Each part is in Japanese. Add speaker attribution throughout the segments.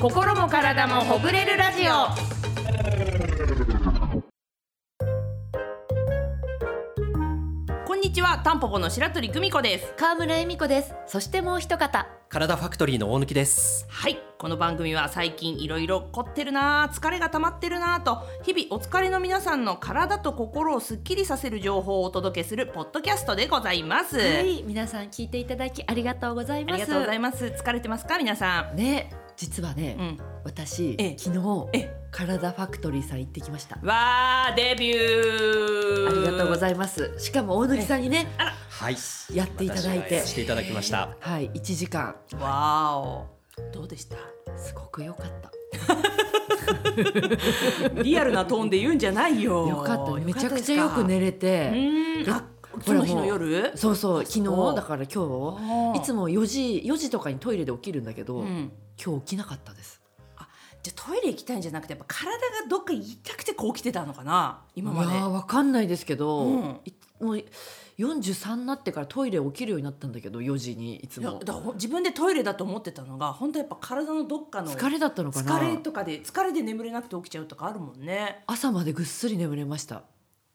Speaker 1: 心も体もほぐれるラジオこんにちはタンポポの白鳥久美子です
Speaker 2: 川村恵美子ですそしてもう一方
Speaker 3: 体ファクトリーの大貫です
Speaker 1: はいこの番組は最近いろいろ凝ってるなあ疲れが溜まってるなあと日々お疲れの皆さんの体と心をすっきりさせる情報をお届けするポッドキャストでございます、
Speaker 2: はい皆さん聞いていただきありがとうござい
Speaker 1: あ
Speaker 2: ま
Speaker 1: り
Speaker 2: す
Speaker 1: がとうございます疲れてますか皆さ
Speaker 2: ね実はね
Speaker 1: ん、うん、
Speaker 2: 私
Speaker 1: ええ
Speaker 2: 昨日
Speaker 1: え
Speaker 2: 体ファクトリーさん行ってきました
Speaker 1: わあデビュー
Speaker 2: ありがとうござ
Speaker 1: い
Speaker 2: いますしかも大貫さんにね
Speaker 3: はい
Speaker 2: やっていただいて
Speaker 3: 私はしていただきました
Speaker 2: はい一時間
Speaker 1: ますわおどうでした
Speaker 2: すごく良かった
Speaker 1: リアルなトーンで言うんじゃないよ
Speaker 2: 良かっためちゃくちゃ
Speaker 1: 良
Speaker 2: よく寝れ
Speaker 1: う
Speaker 2: て
Speaker 1: ーんあそ
Speaker 2: ほら
Speaker 1: の
Speaker 2: もう
Speaker 1: 日の夜
Speaker 2: そうそう昨日
Speaker 1: そう
Speaker 2: だから今日いつ
Speaker 1: も、
Speaker 2: も4時4時とかにトイレで起きるんだけど、
Speaker 1: うん、
Speaker 2: 今日起きなかったです
Speaker 1: じゃあトイレ行きたいんじゃなくてやっぱ体がどっか痛くてこう来てたのかな今まで
Speaker 2: いやーわかんないですけど、
Speaker 1: うん
Speaker 2: いもう43になってからトイレ起きるようになったんだけど4時にいつ
Speaker 1: いや
Speaker 2: も
Speaker 1: だから自分でトイレだと思ってたのが本当やっぱ体のどっかの
Speaker 2: 疲れだったのかな
Speaker 1: 疲れとかで疲れで眠れなくて起きちゃうとかあるもんね
Speaker 2: 朝までぐっすり眠れました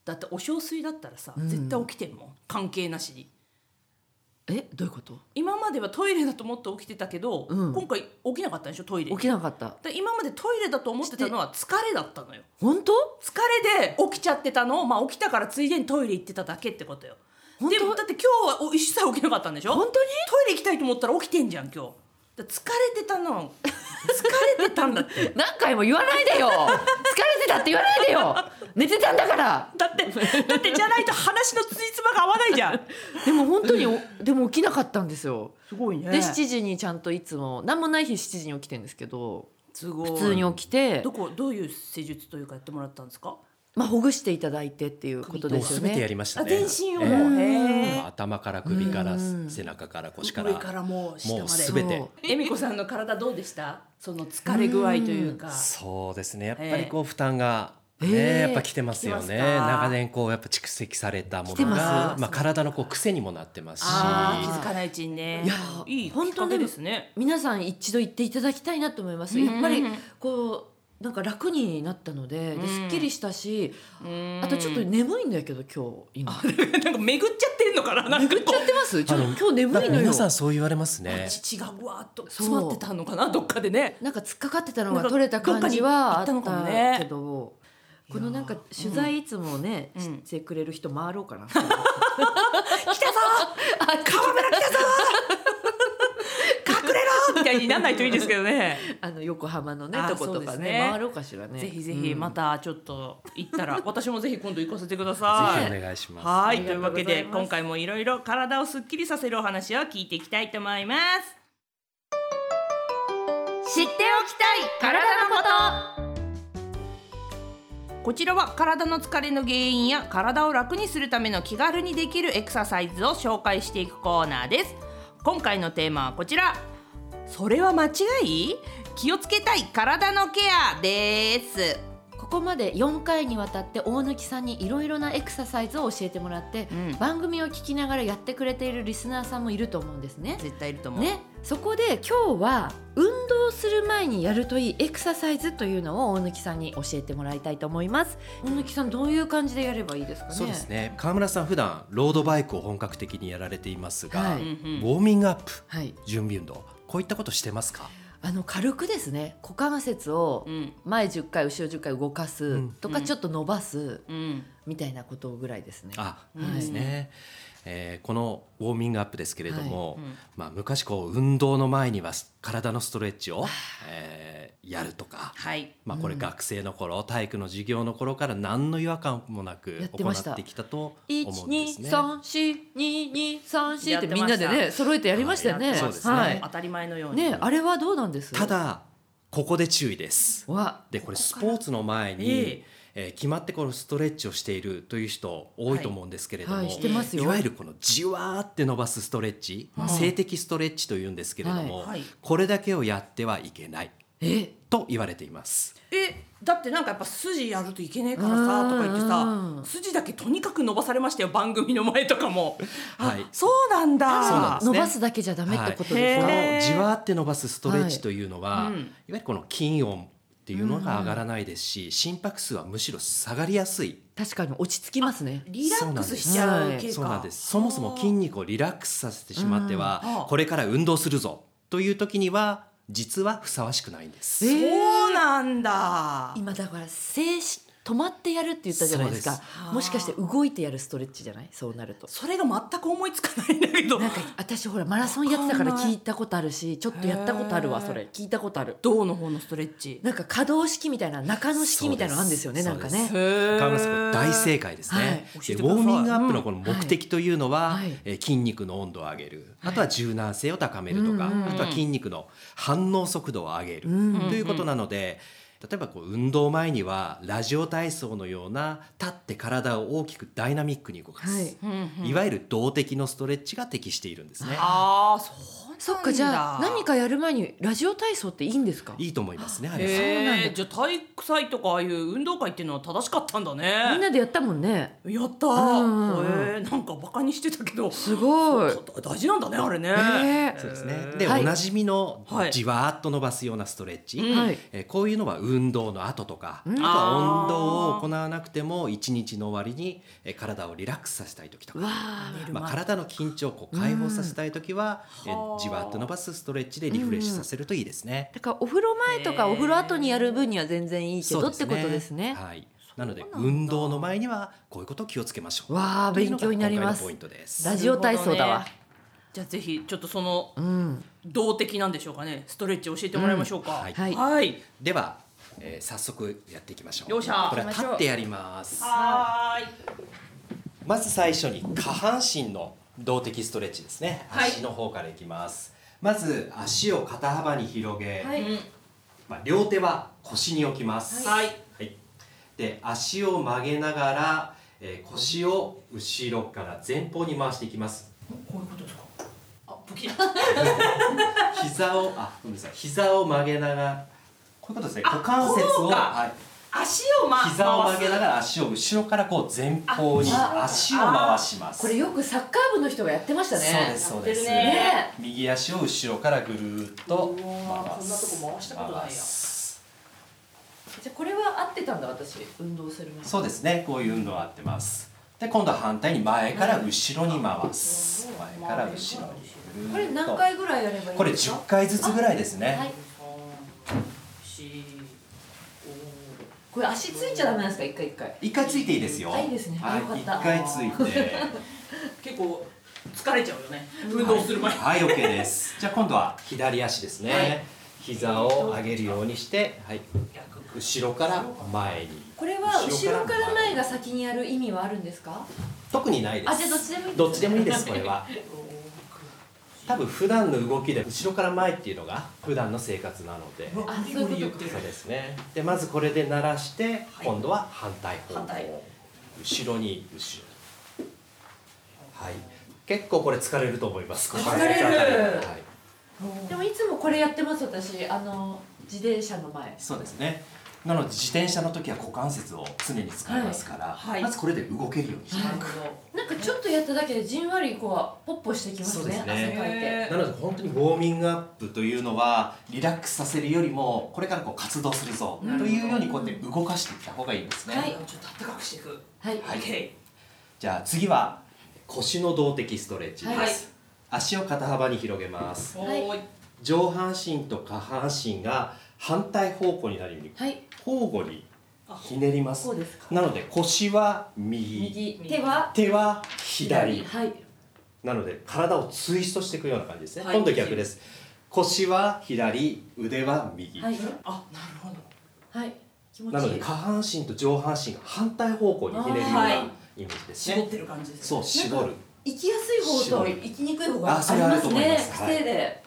Speaker 1: だってお小水だったらさ、
Speaker 2: うん
Speaker 1: 絶対起きてんもん関係なしに
Speaker 2: えどういうこと
Speaker 1: 今まではトイレだと思って起きてたけど、
Speaker 2: うん
Speaker 1: 今回起きなかったでしょトイレ
Speaker 2: 起きなかった
Speaker 1: で今までトイレだと思ってたのは疲れだったのよ
Speaker 2: 本当
Speaker 1: 疲れで起きちゃってたのを、まあ、起きたからついでにトイレ行ってただけってことよ
Speaker 2: 本
Speaker 1: でも
Speaker 2: 当
Speaker 1: だって今日はお一切起きなかったんでしょ
Speaker 2: 本
Speaker 1: トイレ行きたいと思ったら起きてんじゃん今日だから疲れてたの疲れてたんだって
Speaker 2: に何回も言わないでよ疲れてたって言わないでよ寝てたんだから
Speaker 1: だってだってじゃないと話のついつまが合わないじゃん
Speaker 2: でも本当におでも起きなかったんですよ
Speaker 1: すごいね
Speaker 2: で7時にちゃんといつも何もない日7時に起きてんですけど
Speaker 1: すごい
Speaker 2: 普通に起きて
Speaker 1: ど、こどういう施術というかやってもらったんですか
Speaker 2: まあ、ほぐしていただいてっていうこと
Speaker 3: もう
Speaker 2: ですすよ
Speaker 3: べてや
Speaker 2: ね
Speaker 3: りました
Speaker 1: あ
Speaker 3: ね
Speaker 1: 全身を
Speaker 3: え
Speaker 1: もう
Speaker 3: え
Speaker 1: へー
Speaker 3: 頭から首から
Speaker 2: うん
Speaker 3: 背中から腰から
Speaker 1: 上からもう下
Speaker 3: もう
Speaker 1: ますで
Speaker 3: べて
Speaker 2: そう
Speaker 1: 恵美子さんの体どうでしたその疲れ具合というか
Speaker 3: そうですねやっぱりこう負担がね、
Speaker 2: ええ
Speaker 3: やっぱ来てますよ
Speaker 1: 来て
Speaker 3: ね
Speaker 1: ますか
Speaker 3: 長年こうやっぱ蓄積されたも
Speaker 2: 来て
Speaker 3: の
Speaker 2: ま
Speaker 3: が
Speaker 2: す
Speaker 3: まあ体のこう癖にもなってますし
Speaker 1: あー
Speaker 2: ー
Speaker 1: 気づかないうちにね
Speaker 2: いやー
Speaker 1: いい
Speaker 2: 本当
Speaker 1: 本当
Speaker 2: でも
Speaker 1: ですね
Speaker 2: 皆さん一度行っていただきたいなと思います。
Speaker 1: うん
Speaker 2: やっぱりこうなんか楽になったので、
Speaker 1: う
Speaker 2: で
Speaker 1: ん
Speaker 2: すっきりしたし、
Speaker 1: あ
Speaker 2: あとちょっと眠いんだけど今日 今。
Speaker 1: なんか巡っちゃってんのかななんか
Speaker 2: 眠っちゃってます。ちょっと
Speaker 3: あの
Speaker 2: 今日眠いのよ
Speaker 3: 皆。さんそう言われますね
Speaker 1: 父がうわーっと詰まってたのかなどっかでね
Speaker 2: なんか突っかかってたのが取れた感じはあった
Speaker 1: なんかどっかに行ったのかもね
Speaker 2: けど。このなんか
Speaker 1: いやー
Speaker 2: 取材いつもね、
Speaker 1: うんうん
Speaker 2: してくれる人回ろうかな。
Speaker 1: 来たぞー川村来たぞー隠れ ろーみたいにならないといいですけどね
Speaker 2: あの横浜のね
Speaker 1: あー
Speaker 2: とこと
Speaker 1: そ
Speaker 2: か
Speaker 1: うです
Speaker 2: ね
Speaker 1: ね
Speaker 2: 回ろうかしら ね。
Speaker 1: ぜひぜひ
Speaker 2: うん
Speaker 1: またちょっと行ったら、私もぜひ今度行かせてくだ
Speaker 3: ぜ
Speaker 1: さ
Speaker 3: ひ
Speaker 1: い。
Speaker 3: お願いします
Speaker 1: は
Speaker 2: あ
Speaker 1: い
Speaker 2: り
Speaker 1: とい
Speaker 2: が
Speaker 1: う
Speaker 2: とう
Speaker 1: わ
Speaker 2: ご
Speaker 1: け
Speaker 2: ざいます
Speaker 1: で今回もいろいろ体をすっきりさせるお話を聞いていきたいと思います。
Speaker 2: 知っておきたい体のこ
Speaker 1: こちらは体の疲れの原因や体を楽にするための気軽にできるエクササイズを紹介していくコーナーです今回のテーマはこちらそれは間違い気をつけたい体のケアです
Speaker 2: と。ここまで4回にわたって大貫さんにいろいろなエクササイズを教えてもらって、
Speaker 1: うん
Speaker 2: 番組を聞きながらやってくれているリスナーさんもいると思うんですね。
Speaker 1: 絶対いると思う、
Speaker 2: ね、そこで今日は運動する前にやるといいエクササイズというのを大貫さんに教えてもらいたいと思います。大貫さんどういう感じでやればいいですかね。
Speaker 3: そうですね川村さん普段ロードバイクを本格的にやられていますが、
Speaker 2: は
Speaker 1: う
Speaker 2: い
Speaker 1: んうん
Speaker 3: ウォーミングアップ
Speaker 2: はい、
Speaker 3: 準備運動こういったことしてますか
Speaker 2: あの軽くですね、股関節を
Speaker 1: うん
Speaker 2: 前10回後ろ10回動か
Speaker 3: う
Speaker 2: す
Speaker 3: ん
Speaker 2: とか、
Speaker 1: うん
Speaker 2: ちょっと伸ばす
Speaker 1: うん
Speaker 2: みたいなことぐらいですね。
Speaker 3: あ、
Speaker 1: うん
Speaker 3: ですね、えーこのウォーミングアップですけれども、
Speaker 1: はいうん
Speaker 3: まあ、昔こう運動の前には体のストレッチを、えーやるとか、
Speaker 1: はい
Speaker 3: まあ、これ
Speaker 2: うん
Speaker 3: 学生の頃、体育の授業の頃から何の違和感もなく
Speaker 2: やって
Speaker 3: 行
Speaker 2: ました
Speaker 3: ってきたと
Speaker 2: 一
Speaker 3: 思うんで
Speaker 2: 二
Speaker 3: すね。
Speaker 2: 三四二二三四
Speaker 1: や
Speaker 2: っ
Speaker 1: って
Speaker 2: て
Speaker 1: ま
Speaker 2: み
Speaker 1: した
Speaker 2: んなでね揃えてやりましたよね。
Speaker 3: はいそうですね
Speaker 2: はい
Speaker 1: 当たり前のように、
Speaker 2: ね、あれはどうなんです。
Speaker 3: ただここで注意です。
Speaker 2: わ、
Speaker 3: でこれスポーツの前に、
Speaker 1: え
Speaker 3: えー決まってこのストレッチをしているという人多いと思うんですけれども、
Speaker 2: はいはいしてますよ
Speaker 3: いわゆるこのじわーって伸ばすストレッチ、
Speaker 2: はい
Speaker 3: 性的ストレッチというんですけれども、
Speaker 1: はい
Speaker 3: これだけをやってはいけない
Speaker 2: え、
Speaker 3: と言われています。
Speaker 1: えだってなんかやっぱ筋やるといけねえからさとか言って
Speaker 2: うんう
Speaker 1: さ
Speaker 2: ん
Speaker 1: 筋だけとにかく伸ばされましたよ番組の前とかも、
Speaker 3: はい
Speaker 1: あそうなんだ
Speaker 3: そうなんです
Speaker 2: 伸
Speaker 3: ね
Speaker 2: ばすだけじゃダメってことです
Speaker 3: こ
Speaker 2: か、
Speaker 1: へー
Speaker 3: のじわって伸ばすストレッチというのは、
Speaker 1: はい
Speaker 3: い
Speaker 1: うん
Speaker 3: わゆるこの筋温っていうのが上がらないですし、心拍数はむしろ下がりやすい
Speaker 2: 確かに落ち着きますね
Speaker 1: リラックスしちゃう系か
Speaker 3: そうなんですそもそも筋肉をリラックスさせてしまっては、
Speaker 1: うんあ
Speaker 3: これから運動するぞという時には実はふさわしくないんです。
Speaker 2: え
Speaker 1: そうなんだ
Speaker 2: 今だから静止止まってやるって言ったじゃないですか
Speaker 3: そう
Speaker 1: です
Speaker 2: もしかして動いてやるストレッチじゃないそうなると
Speaker 1: それが全く思いつかないんだけど
Speaker 2: なんか私ほらマラソンやってたから
Speaker 1: わかんな
Speaker 2: 聞
Speaker 1: い
Speaker 2: いたことあるしちょっとやったことあるわ
Speaker 1: へー
Speaker 2: それ聞いたことある
Speaker 1: 胴の方のストレッチ
Speaker 2: なんか可動式みたいな中野式みたいなのあるんですよね
Speaker 3: そ
Speaker 2: な
Speaker 3: うんで
Speaker 2: か
Speaker 3: す
Speaker 2: ね
Speaker 1: 河
Speaker 3: 河村さんこれ大正解ですね、
Speaker 2: はい
Speaker 3: で
Speaker 1: 教えて
Speaker 3: ウ
Speaker 1: ください
Speaker 3: ォーミングアップのこの目的というのは、
Speaker 2: うんはい
Speaker 3: えー筋肉の温度を上げる、
Speaker 2: はい
Speaker 3: あとは柔軟性を高めるとか、
Speaker 2: うんうん
Speaker 3: あとは筋肉の反応速度を上げる、
Speaker 2: うん
Speaker 3: ということなので例えばこう運動前にはラジオ体操のような立って体を大きくダイナミックに動かす、
Speaker 2: はい
Speaker 3: いわゆる動的のストレッチが適しているんですね。
Speaker 1: あーそうなんだ
Speaker 2: そっかじゃあ何かやる前にラジオ体操っていいんですか
Speaker 3: いいと思いますねあれは、
Speaker 2: そうなん
Speaker 1: え
Speaker 2: だ
Speaker 1: ー、じゃあ体育祭とかああいう運動会っていうのは正しかったんだね
Speaker 2: みんなでやったもんね
Speaker 1: やった
Speaker 2: うんうんうん
Speaker 1: ー、えー、なんかバカにしてたけど
Speaker 2: すごい
Speaker 1: そうそう大事なんだねあれね、
Speaker 2: えー
Speaker 3: そうですね
Speaker 1: えー
Speaker 3: で、
Speaker 2: はい
Speaker 3: おなじみの
Speaker 1: はい
Speaker 3: じわーっと伸ばすようなストレッチ、
Speaker 1: うん
Speaker 2: はい
Speaker 3: えーこういうのは運動の後とか、
Speaker 2: うん
Speaker 3: あとは
Speaker 1: あー
Speaker 3: 運動を行わなくても一日の終わりにえー体をリラックスさせたい時と
Speaker 2: わ
Speaker 3: か、
Speaker 2: あ
Speaker 1: 寝る
Speaker 3: まあ、体の緊張をこう解放させたい時は、
Speaker 1: うん
Speaker 3: えー
Speaker 1: はあ
Speaker 3: じわっと伸ばすストレッチでリフレッシュさせるといいですね。
Speaker 2: だからお風呂前とか
Speaker 1: へー
Speaker 2: お風呂後にやる分には全然いいけ
Speaker 3: そう
Speaker 2: どってことですね
Speaker 3: はい、なので
Speaker 1: そうなんだ
Speaker 3: 運動の前にはこういうことを気をつけましょう。
Speaker 2: わあ
Speaker 3: という
Speaker 2: 勉
Speaker 3: のが
Speaker 2: 強になります
Speaker 3: 今回のポイントです。
Speaker 2: ラジオ体操だわ
Speaker 1: なるほどねじゃあぜひちょっとその
Speaker 2: うん
Speaker 1: 動的なんでしょうかねストレッチ教えてもらいましょうか、
Speaker 3: うんはい
Speaker 2: はい
Speaker 1: はい
Speaker 3: では、えー早速やっていきましょう。
Speaker 1: よっしゃ
Speaker 3: これは立ってやります。
Speaker 1: はーい
Speaker 3: まず最初に下半身の動的ストレッチですね、
Speaker 1: はい
Speaker 3: 足の方からいきますまず足を肩幅に広げ、
Speaker 2: はい
Speaker 1: うん
Speaker 3: まあ、両手は腰に置きます
Speaker 1: はい
Speaker 3: はいで足を曲げながら、えー腰を後ろから前方に回してい きます
Speaker 1: こういうことですかあ武器だ
Speaker 3: 膝をあごめんなさい膝を曲げながらこういうことですね
Speaker 1: あ
Speaker 3: 股関節
Speaker 1: こ
Speaker 3: を
Speaker 1: うか
Speaker 3: はい
Speaker 1: 足を、ま、
Speaker 3: 膝を曲げなが
Speaker 1: ら
Speaker 3: ら足を後ろからこう前方に
Speaker 2: あ
Speaker 3: 足を回します
Speaker 2: これよくサッカー部の人がやってましたね
Speaker 3: そうですそうです、
Speaker 1: やってる
Speaker 2: ね
Speaker 3: 右足を後ろからぐるーっと回す
Speaker 1: うわーこんなとこ回したことないや
Speaker 3: す
Speaker 2: じゃあこれは合ってたんだ私運動する前
Speaker 3: そうですねこういう運動は合ってますで今度は反対に前から後ろに回す前から後ろにぐるーっと
Speaker 2: これ何回ぐらいやればいいんですか
Speaker 3: これ10回ずつぐらいですね、
Speaker 2: はい
Speaker 1: し
Speaker 2: これ足ついちゃダメなんですか一回一回
Speaker 3: 一回ついていいですよ。
Speaker 2: あいいですね
Speaker 3: はい
Speaker 2: よかっ
Speaker 3: 一
Speaker 2: た
Speaker 3: 回ついて。
Speaker 1: 結構疲れちゃうよね運動する前に、
Speaker 3: はい、はい OK です。じゃあ今度は左足ですね。
Speaker 1: はい
Speaker 3: 膝を上げるようにして、はい、
Speaker 1: 逆
Speaker 3: 後ろから前に。
Speaker 2: これは後ろから前
Speaker 3: が
Speaker 2: が先にやる意味はあるんですか
Speaker 3: 特にないです。
Speaker 2: あじゃあどっちでもいいです
Speaker 3: どっちでもいいですこれは多分普段の動きで後ろから前っていうのが普段の生活なので
Speaker 1: うわ
Speaker 2: あそ
Speaker 1: ゴ
Speaker 2: ういうことか
Speaker 1: リゴリ言ってる
Speaker 3: そうですねでまずこれで鳴らして
Speaker 1: はい
Speaker 3: 今度は反対方
Speaker 1: 反対
Speaker 3: 向後ろに後ろにはい結構これ疲れると思いますここ
Speaker 1: 疲れる
Speaker 3: はい、
Speaker 2: でもいつもこれやってます私あの自転車の前
Speaker 3: そうですねなので自転車の時は股関節を常に使いますから、
Speaker 1: はい
Speaker 3: まずこれで動けるようにして、
Speaker 1: なるほど
Speaker 2: なんかちょっとやっただけでじんわりこうポッポしてきます
Speaker 3: そうで
Speaker 2: ね
Speaker 3: すね
Speaker 2: 汗かいて
Speaker 1: へ
Speaker 3: なので本当にウォーミングアップというのはリラックスさせるよりもこれからこう活動するぞ
Speaker 1: うん
Speaker 3: というようにこうやって動かしていった方がいいんですね、
Speaker 2: はい
Speaker 1: ちょっと暖かくしていく
Speaker 2: はい、
Speaker 3: はい
Speaker 1: OK
Speaker 3: じゃあ次は腰の動的ストレッチです、
Speaker 2: はい
Speaker 3: 足を肩幅に広げます
Speaker 1: はい
Speaker 2: は
Speaker 3: 上半身と下半身が反対方向になるように
Speaker 2: はい、
Speaker 3: 交互にひねります
Speaker 2: そうですか
Speaker 3: なので腰は右
Speaker 2: 右手は
Speaker 3: 手は左
Speaker 2: はい
Speaker 3: なので体をツイストしていくような感じですね、
Speaker 1: はい
Speaker 3: 今度逆です腰は左腕は右、
Speaker 2: はい
Speaker 1: あなるほど
Speaker 2: はい気持
Speaker 3: なの
Speaker 2: ちい
Speaker 3: で
Speaker 2: い
Speaker 3: 下半身と上半身が反対方向にひねるよう
Speaker 1: あ
Speaker 3: な
Speaker 1: ーはい
Speaker 3: イメージですね、
Speaker 1: 絞ってる感じです
Speaker 3: そう
Speaker 1: ね
Speaker 3: 絞る
Speaker 2: 行きやすい方と行きにくい方があ
Speaker 3: あそ
Speaker 2: り
Speaker 3: れあ
Speaker 2: ま
Speaker 3: ると
Speaker 2: す
Speaker 3: 思い
Speaker 2: ね
Speaker 3: ますはい
Speaker 2: 癖で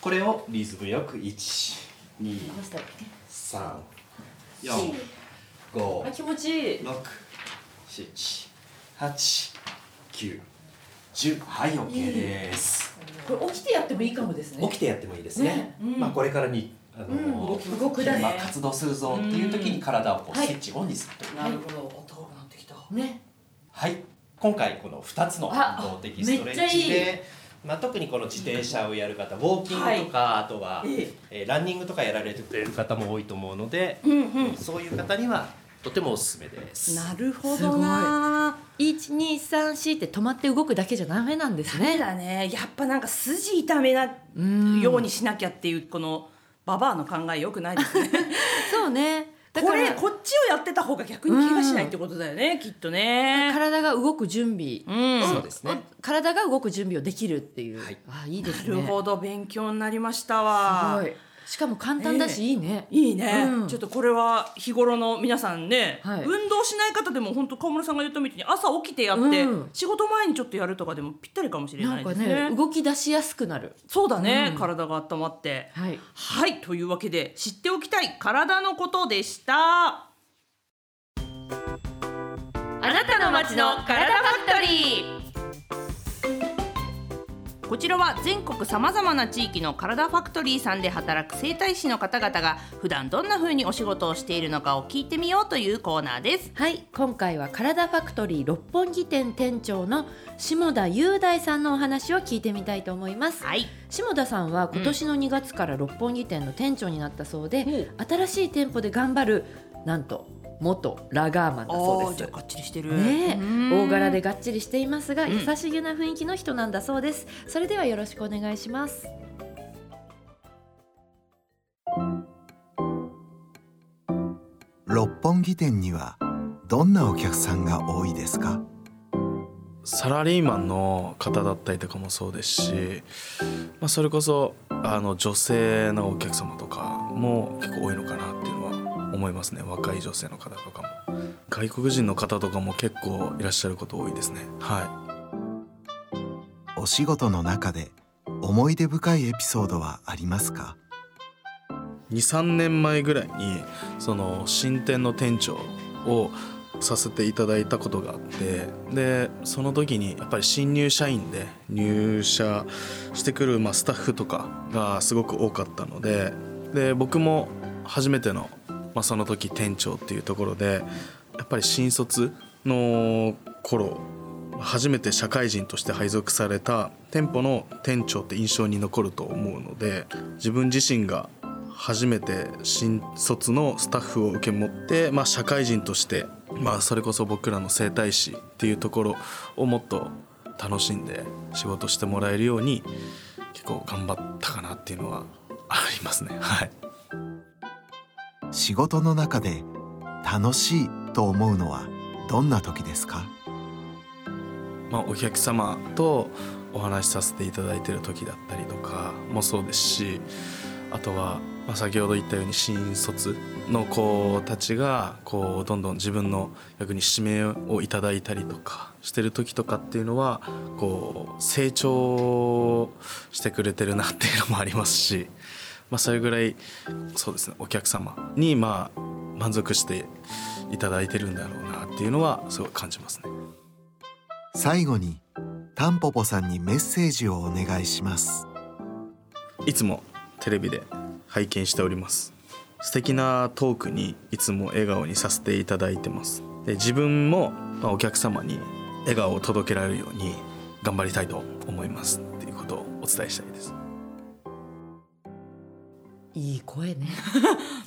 Speaker 3: これをリズムよく1 2
Speaker 2: 伸ばしたっけ
Speaker 3: 3 4
Speaker 2: あ
Speaker 3: 5
Speaker 2: 気持ちいい
Speaker 3: 6 7 8 9 10はい OK です
Speaker 2: これ起きてやってもいいかもですね
Speaker 3: 起きてやってもいいですね
Speaker 2: ね
Speaker 1: うん
Speaker 3: まあ、これからに
Speaker 4: あの
Speaker 2: うん
Speaker 4: 動き
Speaker 2: 動くだね
Speaker 4: まあ活動するぞっていう時に体をこう
Speaker 2: はい
Speaker 4: スイッチオンにするという
Speaker 1: なるほど音がなってきた
Speaker 2: ね
Speaker 4: はい今回この2つの
Speaker 2: あ
Speaker 4: 運動的ストレッ
Speaker 2: めっ
Speaker 4: チ
Speaker 2: ちゃいい
Speaker 4: でまあ、特にこの自転車をやる方ウォーキングとか、あとは、
Speaker 1: え
Speaker 4: えーランニングとかやられてる方も多いと思うので、
Speaker 1: うんうん
Speaker 4: そういう方にはとてもおすすめです。
Speaker 1: なるほどな
Speaker 2: 1234って止まって動くだけじゃダメなんです
Speaker 1: ね
Speaker 2: ね
Speaker 1: だねやっぱなんか筋痛めな
Speaker 2: うん
Speaker 1: ようにしなきゃっていうこのババアの考えよくないですね
Speaker 2: そうねだ
Speaker 1: こ
Speaker 2: か
Speaker 1: れ
Speaker 2: ら
Speaker 1: こっちをやってた方が逆に怪我しないってことだよね、きっとね
Speaker 2: 体が動く準備、
Speaker 1: うん
Speaker 4: そうですね
Speaker 2: 体が動く準備をできるっていう、
Speaker 4: はい
Speaker 2: あいいです
Speaker 1: な
Speaker 2: ね
Speaker 1: るほど勉強になりましたわ
Speaker 2: すごいしかも簡単だし、
Speaker 1: え
Speaker 2: いいね
Speaker 1: いいね、
Speaker 2: うん
Speaker 1: ちょっとこれは日頃の皆さんね、
Speaker 2: はい
Speaker 1: 運動しない方でも本当川村さんが言ったみたいに朝起きてやって、
Speaker 2: うん
Speaker 1: 仕事前にちょっとやるとかでもぴったりかもしれ
Speaker 2: な
Speaker 1: なんい
Speaker 2: か
Speaker 1: です
Speaker 2: ね
Speaker 1: ね
Speaker 2: 動き出しやすくなる
Speaker 1: そうだね、
Speaker 2: うん
Speaker 1: 体が温まって
Speaker 2: はい
Speaker 1: はいというわけで知っておきたい体のことでした
Speaker 2: あなたの街の体ファクトリー
Speaker 1: こちらは全国さまざまな地域の体ファクトリーさんで働く整体師の方々が普段どんな風にお仕事をしているのかを聞いてみようというコーナーです
Speaker 2: はい今回は体ファクトリー六本木店店長の下田雄大さんのお話を聞いてみたいと思います
Speaker 1: はい
Speaker 2: 下田さんは今年の2月から六本木店の店長になったそうで、新しい店舗で頑張るなんと元ラガーマンだ
Speaker 1: あ
Speaker 2: そう
Speaker 1: あ
Speaker 2: で
Speaker 1: じゃ
Speaker 2: す
Speaker 1: あがっちりしてる
Speaker 2: ねえ
Speaker 1: うん
Speaker 2: 大柄でがっちりしていますが
Speaker 1: うん
Speaker 2: 優しげな雰囲気の人なんだそうですそれではよろしくお願いします
Speaker 5: 六本木店にはどんなお客さんが多いですか
Speaker 6: サラリーマンの方だったりとかもそうですし、まあ、それこそあの女性のお客様とかも結構多いのかなっていうのは思いますね若い女性の方とかも外国人の方とかも結構いらっしゃること多いですねは
Speaker 5: お仕事の中で思い出深いエピソードはありますか
Speaker 6: い23年前ぐらいにその新店の店長をさせていただいたことがあってでその時にやっぱり新入社員で入社してくるまあスタッフとかがすごく多かったのでで僕も初めての、まあ、その時店長っていうところでやっぱり新卒の頃初めて社会人として配属された店舗の店長って印象に残ると思うので自分自身が初めて新卒のスタッフを受け持って、まあ、社会人として、まあ、それこそ僕らの整体師っていうところをもっと楽しんで仕事してもらえるように結構頑張ったかなっていうのはありますねはい。
Speaker 5: 仕事の中で楽しいと思うのはどんな時ですか
Speaker 6: まあ、お客様とお話しさせていただいてる時だったりとかもそうですしあとは、まあ、先ほど言ったように新卒の子たちがこうどんどん自分の役に指名をいただいたりとかしてる時とかっていうのはこう成長してくれてるなっていうのもありますし、まあ、それぐらいそうですねお客様にまあ満足していただいてるんだろうなっていうのはすごい感じますね。
Speaker 5: 最後にタンポポさんにメッセージをお願いします
Speaker 6: いつもテレビで拝見しております素敵なトークにいつも笑顔にさせていただいてますで自分もまあお客様に笑顔を届けられるように頑張りたいと思いますっていうことをお伝えしたいです
Speaker 2: いい声ね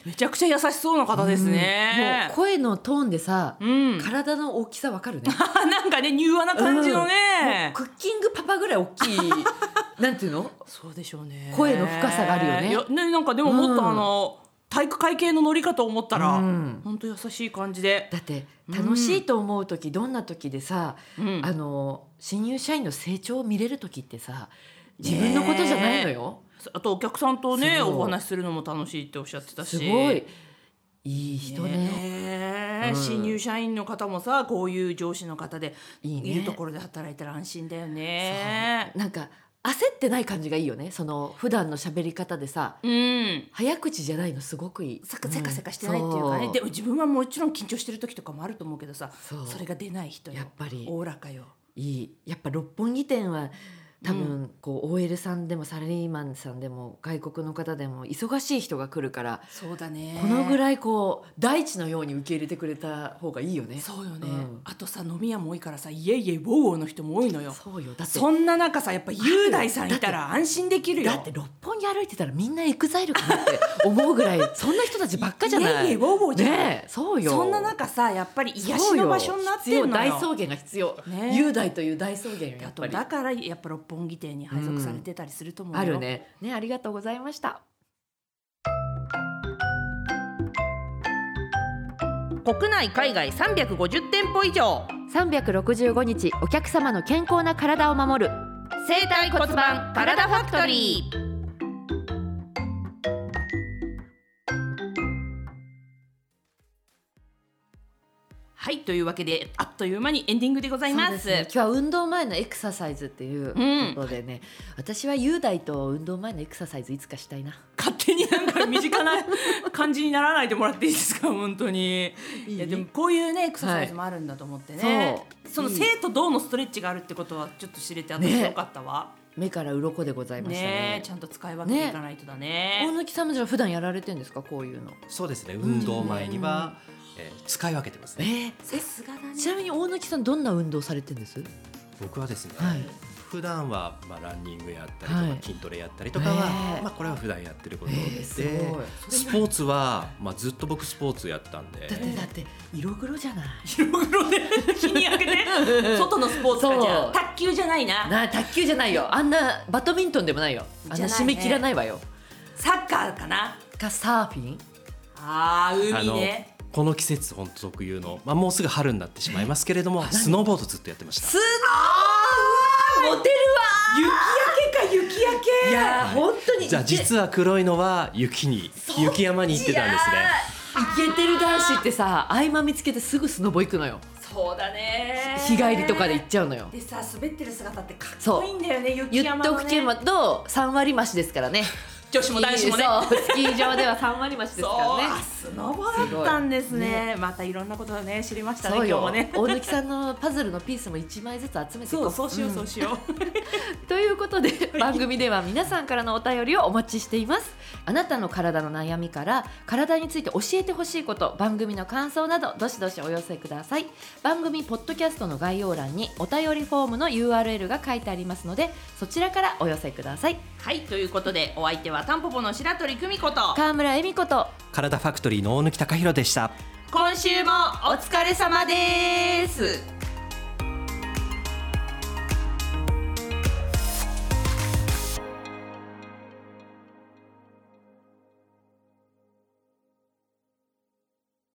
Speaker 1: めちゃくちゃ優しそうな方です
Speaker 2: うん
Speaker 1: ね
Speaker 2: もう声のトーンでさ、
Speaker 1: うん、
Speaker 2: 体の大きさわか るね
Speaker 1: あなん かね柔和な感じのね、
Speaker 2: クッキングパパぐらい大きい なんていうの
Speaker 1: そうでしょうね
Speaker 2: 声の深さがあるよね
Speaker 1: いやねなんかでももっ
Speaker 2: う
Speaker 1: と
Speaker 2: ん
Speaker 1: あの、体育会系のノリかと思ったら、
Speaker 2: うん
Speaker 1: ほんと優しい感じで、
Speaker 2: だって楽しいと思う時、どんな時でさ、
Speaker 1: うん
Speaker 2: あの新入社員の成長を見れる時ってさ自分のことじゃないのよ、
Speaker 1: あとお客さんとね
Speaker 2: そう
Speaker 1: お話しするのも楽しいっておっしゃってたし
Speaker 2: すごいいい人ね
Speaker 1: ねえ
Speaker 2: うん
Speaker 1: 新入社員の方もさこういう上司の方で
Speaker 2: いいね
Speaker 1: いるところで働いたら安心だよね。
Speaker 2: なんか焦ってない感じがいいよねその普段の喋り方でさ
Speaker 1: うん
Speaker 2: 早口じゃないのすごくいい
Speaker 1: させかせかしてないっていうかね、
Speaker 2: ん
Speaker 1: でも自分はもちろん緊張してる時とかもあると思うけどさ
Speaker 2: そう
Speaker 1: それが出ない人よ
Speaker 2: やっぱり
Speaker 1: おおらかよ
Speaker 2: いいやっぱ六本木店は多分こう OL さんでもサラリーマンさんでも外国の方でも忙しい人が来るから
Speaker 1: そうだね
Speaker 2: このぐ
Speaker 1: い
Speaker 2: らいこう大地のように受け入れてくれた方がいいよね。
Speaker 1: そうよね、
Speaker 2: うん
Speaker 1: あとさ飲み屋も多いからさイエイエイウォーウォーの人も多いのよ
Speaker 2: そうよだって
Speaker 1: そんな中さやっぱ雄大さんいたら安心できるよ
Speaker 2: だって六本木歩いてたらみんなエグザイルかな って思うぐらいそんな人たちばっかじゃない。
Speaker 1: イエイエイウォーウォーじゃん
Speaker 2: ねえそうよ。
Speaker 1: そんな中さやっぱり癒し
Speaker 2: そうよ
Speaker 1: の場所になってる
Speaker 2: 必要
Speaker 1: の
Speaker 2: 大
Speaker 1: よ
Speaker 2: 草原が必要。
Speaker 1: ねえ
Speaker 2: 雄大という大草原よや
Speaker 1: あ
Speaker 2: っぱ
Speaker 1: と
Speaker 2: り。
Speaker 1: だからやっぱ六本木店に配属されてたりすると思うよ、
Speaker 2: あるね。ねありがとうございました。
Speaker 1: 国内海外350店舗以上
Speaker 2: 三百六十五日お客様の健康な体を守る。
Speaker 1: 生体骨盤
Speaker 2: カラダファクトリ
Speaker 1: ーはいというわけであっという間にエンディングでございま
Speaker 2: そう
Speaker 1: す
Speaker 2: でね今日は運動前のエクササイズっていう
Speaker 1: うん
Speaker 2: ことでね、私は雄大と運動前のエクササイズいつかしたいな。
Speaker 1: 勝手になんか身近な感じにならないでもらっていいですか本当にいやでもこういうねエクササイズもあるんだと思ってね、
Speaker 2: そ
Speaker 1: その
Speaker 2: ういい
Speaker 1: 生と動のストレッチがあるってことはちょっと知れて私
Speaker 2: ね
Speaker 1: よかったわ
Speaker 2: 目から鱗でござい
Speaker 1: ね
Speaker 2: ましたね。
Speaker 1: ちゃんと使い分けていかないとだね
Speaker 2: 大貫さんもじゃあ普段やられてんですかこういうの。
Speaker 3: そうですね運動前には、えー使い分けてますね
Speaker 2: え
Speaker 1: さすがだね
Speaker 2: ちなみに大貫さんどんな運動されてんです？
Speaker 3: 僕はですね、
Speaker 2: はい
Speaker 3: 普段はまあランニングやったりとか、
Speaker 2: はい
Speaker 3: 筋トレやったりとかは、
Speaker 2: ねえ
Speaker 3: まあこれは普段やってることで、
Speaker 2: えーすごい。
Speaker 3: スポーツはまあずっと僕スポーツやってたんで
Speaker 2: だってだって色黒じゃない。
Speaker 1: 白黒で日に焼けて外のスポーツかじゃ
Speaker 2: そ
Speaker 1: あ
Speaker 2: う
Speaker 1: 卓球じゃないな
Speaker 2: な卓球じゃないよ。あんなバドミントンでもないよ。あん
Speaker 1: じゃ
Speaker 2: な
Speaker 1: ない
Speaker 2: 締
Speaker 1: ね
Speaker 2: め切らないわよ。
Speaker 1: サッカーかな
Speaker 2: かサーフィン？
Speaker 1: あー海ね
Speaker 3: この季節本当特有の、まあ、もうすぐ春になってしまいますけれどもスノーボードずっとやってました
Speaker 2: すごい。モテ
Speaker 1: 雪焼けか雪焼け
Speaker 2: るわ。いやー本当に。
Speaker 3: じゃあ実は黒いのは雪に雪山に行ってたんですね
Speaker 2: イケてる男子ってさ合間見つけてすぐスノボ行くのよ
Speaker 1: そうだね
Speaker 2: 日帰りとかで行っちゃうのよ
Speaker 1: でさ滑ってる姿ってかっ
Speaker 2: そう
Speaker 1: こいいんだよね雪
Speaker 2: 言っ
Speaker 1: 山
Speaker 2: と
Speaker 1: の
Speaker 2: く
Speaker 1: ね
Speaker 2: けど3割増しですからね
Speaker 1: 女子も男子もね
Speaker 2: そうスキー場では3割増しです
Speaker 1: そう
Speaker 2: からね
Speaker 1: あスノボだったんですねまたいろんなことをね知りましたね
Speaker 2: そう
Speaker 1: 今日も
Speaker 2: よ、
Speaker 1: ね
Speaker 2: 大貫さんのパズルのピースも1枚ずつ集 めてい
Speaker 1: そ
Speaker 2: こ
Speaker 1: うそうしようそうしよう、
Speaker 2: ということで番組では皆さんからのお便りをお待ちしていますあなたの体の悩みから体について教えてほしいこと番組の感想などどしどしお寄せください番組ポッドキャストの概要欄にお便りフォームの URL が書いてありますのでそちらからお寄せください
Speaker 1: はいということでお相手はタンポポの白鳥久美子と
Speaker 2: 川村恵美子と
Speaker 3: 体ファクトリーの大貫貴弘でした
Speaker 1: 今週もお疲れ様です